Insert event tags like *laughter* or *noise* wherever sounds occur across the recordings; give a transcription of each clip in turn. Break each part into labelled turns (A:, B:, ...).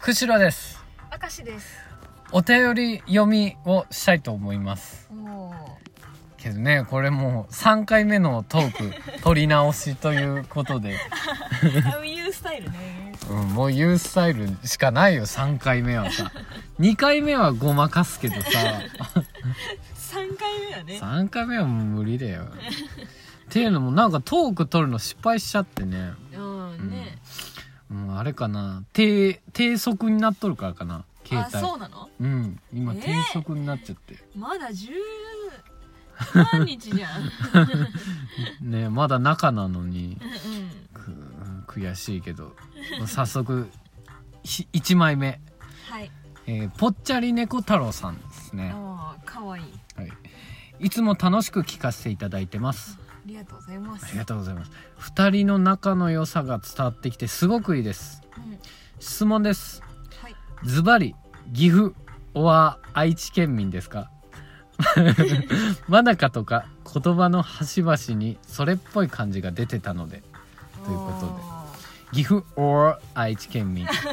A: 釧路です
B: 明石です
A: お便り読みをしたいと思います
B: おおー
A: けどねこれもう3回目のトー
B: *laughs*
A: ク撮り直しということで、
B: あいうスタイルね
A: うん、もう言うスタイルしかないよ3回目はさ2回目はごまかすけどさ
B: *laughs* 3回目だね
A: 3回目はもう無理だよっていうのもなんかトーク撮るの失敗しちゃってね
B: うんね、
A: もうあれかな低低速になっとるからかな携
B: あ
A: 帯
B: そうなの
A: うん今
B: えー
A: 低速になっちゃって、
B: まだ10何日じゃん *laughs* うん
A: ねまだ中なのに
B: うん
A: く悔しいけど *laughs* もう早速1枚目、
B: はい
A: えーぽっちゃり猫太郎さんですね、
B: ああかわいい
A: はい、いつも楽しく聞かせていただいてます
B: ありがとうございます
A: ありがとうございます2人の仲の良さが伝わってきてすごくいいです
B: うん
A: 質問です
B: はい
A: ズバリ岐阜 or 愛知県民ですか *laughs* まだかとか言葉の端々にそれっぽい感じが出てたのでということで岐阜 or 愛知県民
B: うんそ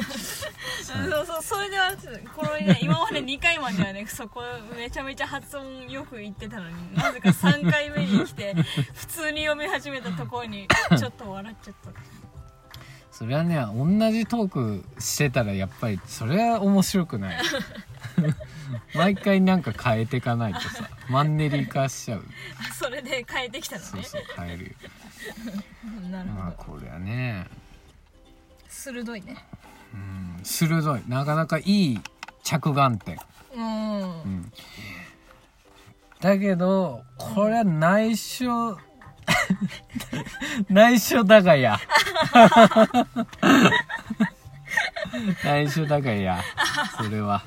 B: うそうそれではちょっとこれね今まで2回まではね *laughs* そこめちゃめちゃ発音よく言ってたのになぜか3回目に来て
A: *laughs*
B: 普通に読み始めたところにちょっと笑っちゃった
A: それはね同じトークしてたらやっぱりそれは面白くない毎回なんか変えていかないとさマンネリ化しちゃう
B: あそれで変えてきたの
A: そう
B: ね
A: そう変えるよ
B: なる
A: ま
B: ほ
A: あ
B: ど
A: これはね
B: 鋭いね
A: うん鋭いなかなかいい着眼点
B: うん
A: うんだけどこれは内緒 *laughs* 内緒だがや内緒だがやそれは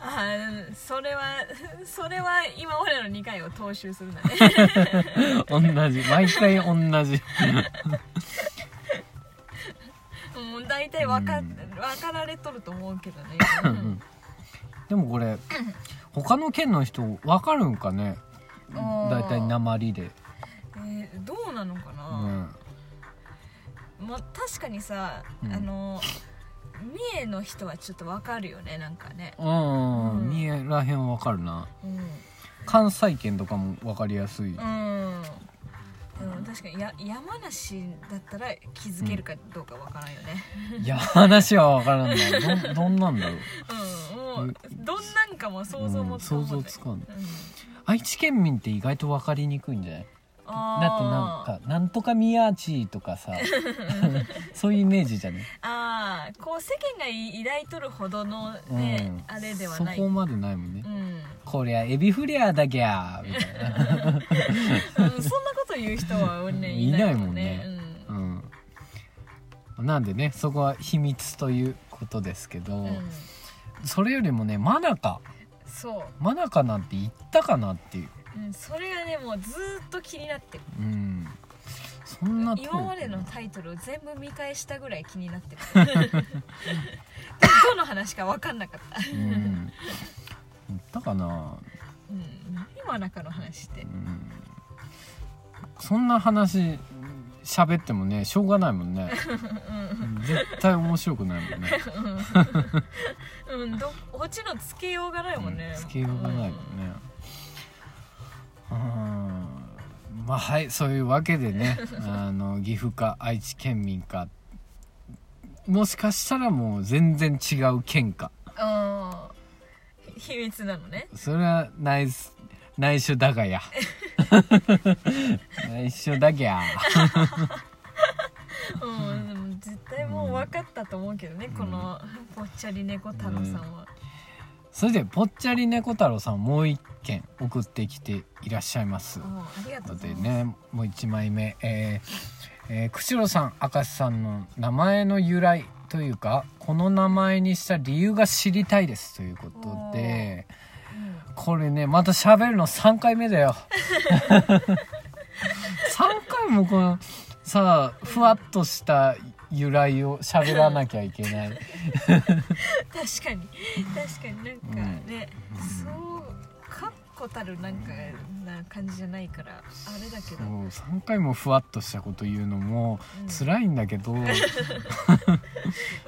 B: あーそれはそれは今までの2回を踏襲するんだ
A: *laughs*
B: ね
A: 同じ毎回同じ
B: もう大体分か,、
A: うん
B: 分かられとると思うけどね、
A: うんでもこれ他の県の人分かるんかね
B: あー
A: 大体鉛で、
B: えーどうなのか
A: う
B: な、
A: ん、
B: まあ、確かにさ、
A: うん
B: あの三重の人はちょっと分かるよねなんかね、
A: うん
B: うん
A: 三重らへん分かるな
B: うん、
A: 関西圏とかも分かりやすい、
B: うんでも確かにや山梨だったら気づけるかどうかわからんよね、
A: いや話は分からん *laughs* などんどんなんだろう
B: うん、もうどんなんかも想像もつかんもんね
A: うん想像つかん
B: うん
A: 愛知県民って意外と分かりにくいんじゃないだって
B: あー
A: なんか「なんとか宮地」と
B: *laughs*
A: かさそういうイメージじゃね
B: ああこう世間が抱いとるほどのね、
A: うん、
B: あれでは
A: そ
B: ない
A: こまでないもんね、
B: うん、
A: こりゃエビフリアだぎゃーみたいな
B: うんそんなこと言う人は、
A: *laughs*
B: ね、
A: いないもんね
B: いないもんね
A: うん、なんでねそこは秘密ということですけど、
B: うんうん
A: それよりもねマナカ
B: そう、
A: マナカなんて言ったかなっていう、
B: うん、それがねもうずーっと気になってる
A: うん、そんな
B: 今までの
A: トー
B: タイトルを全部見返したぐらい気にな
A: *laughs*
B: ってる *laughs* でもどの話か分かんなかった、
A: クうん、言ったかな、
B: うん、何真中の話って
A: うん、そんな話喋ってもねしょうがないもん
B: *laughs*
A: ね絶対面白くないもんね
B: うん、うん、どこっちのつけようがないもんね、
A: つけようがないよねうんまあはいそういうわけで
B: *laughs*
A: ねあの岐阜か愛知県民かもしかしたらもう全然違う県か
B: うんうん秘密なのね
A: それは内す内緒だが
B: *laughs*
A: や内緒だぎゃ
B: うん、でも絶対もう分かったと思うけどね、
A: ん
B: このぽっちゃり猫太郎さんは、
A: それでぽっちゃり猫太郎さんもう一件送ってきていらっしゃいます
B: うんありがと
A: の
B: うござい
A: で
B: ます、
A: ねもう一枚目えーえー釧路さん明石さんの名前の由来というかこの名前にした理由が知りたいですということでこれねまた喋るの3回目だよ *laughs* 3回もこのさあふわっとした由来を喋らなきゃいけない
B: *laughs* うん確かに確かになんかね、そうか確固たるなんかな感じじゃないからあれだけ
A: そう
B: ど、
A: 3回もふわっとしたこと言うのも
B: うん
A: 辛いんだけど、
B: もう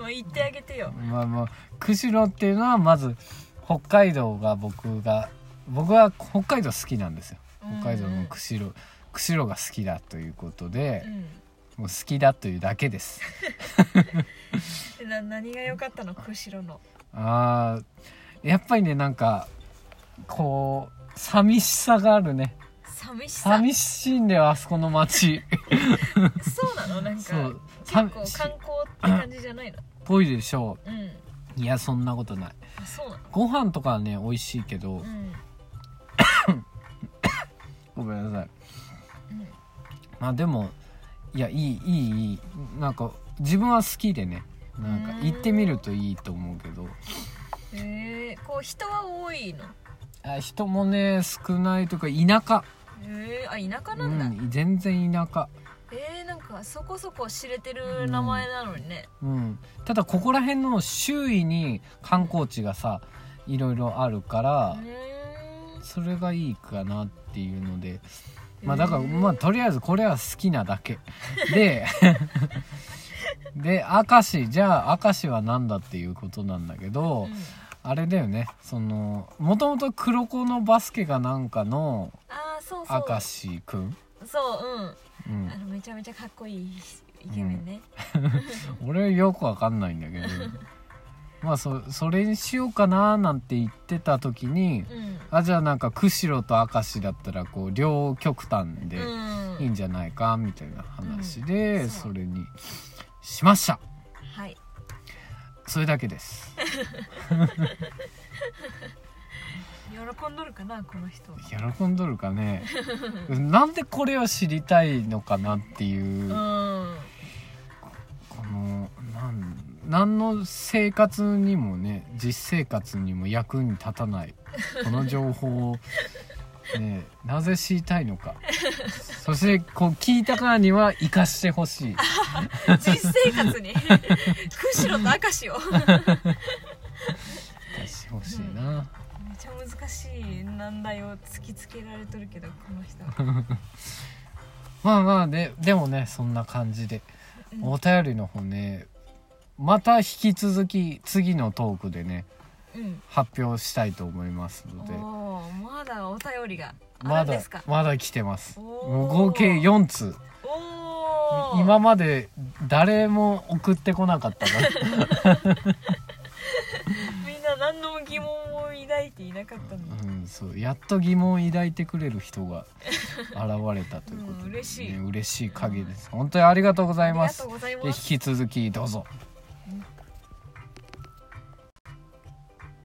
B: 言ってあげてよ
A: まあまあ釧路っていうのはまず北海道が僕が僕は北海道好きなんですよ北海道の釧路釧路が好きだということで
B: う、ん
A: もう好きだというだけです
B: でな何が良かったの釧路の
A: あーやっぱりねなんかこう寂しさがあるね
B: 寂しさ
A: 寂しいんだよあそこの町
B: そうなのなんか
A: そう
B: 結構観
A: 寂しい
B: 光って感じじゃないの
A: ぽいでしょ
B: うん
A: ういやそんなことない
B: あそうなの
A: ご飯とかはね美味しいけど
B: う、ん
A: ごめんなさい
B: うん
A: まあでもいやいいいいいいなんか自分は好きでねなんか
B: うん
A: 行ってみるといいと思うけど
B: えー、こう人は多いの
A: あ人もね少ないというか田舎
B: えー、あ田
A: う
B: 舎なんだ、
A: ん全然田舎
B: えー、なんかそこそこ知れてる名前なのにね、
A: うんただここら辺の周囲に観光地がさいろいろあるから
B: うーん、
A: それがいいかなっていうので
B: えー
A: まあだからまあとりあえずこれは好きなだけ
B: *laughs*
A: でで明石じゃあ明石は何だっていうことなんだけど、
B: うん
A: あれだよねそのもともと黒子のバスケがなんかの
B: ああそうそう
A: 明石くん、
B: そう
A: う
B: うん *laughs* んあ、のめちゃめちゃかっこいいイケメンね、
A: 俺よくわかんないんだ
B: *laughs*
A: けどまあそそれにしようかななんて言ってた時に
B: うんうん
A: あじゃあなんか釧路と明石だったらこう両極端でいいんじゃないかみたいな話で、
B: うんそ
A: そうれにしました
B: はい
A: それだけです
B: *laughs* 喜んどるかなこの人
A: 喜んどるかねなんでこれを知りたいのかなっていう、
B: うん
A: このなん何の生活にもね実生活にも役に立たないこの情報を、ね、 *laughs* なぜ知りたいのかそしてこう聞いたからには生かしてほしい
B: 実生活に釧路と明石を
A: 生かしてほしいな、
B: めちゃ難しい難題を突きつけられとるけどこの人、
A: まあまあででもねそんな感じで
B: うん
A: お便りの方ねまた引き続き次のトークでね *laughs*
B: うん
A: 発表したいと思いますので
B: おーまだお便りがあ
A: ま
B: るんで
A: だ
B: すか、
A: まだ来てます
B: おー
A: 合計4通
B: おお
A: 今まで誰も送ってこなかったから
B: みんな何の疑問も抱いていなかったんだ、
A: うん、そうやっと疑問を抱いてくれる人が現れたということで、
B: うん嬉しい
A: ね嬉しい限りです本当にありがとうござ
B: あ
A: い
B: り
A: ま
B: が
A: す
B: とうござい
A: で
B: ま
A: 引
B: す
A: き続きどうぞ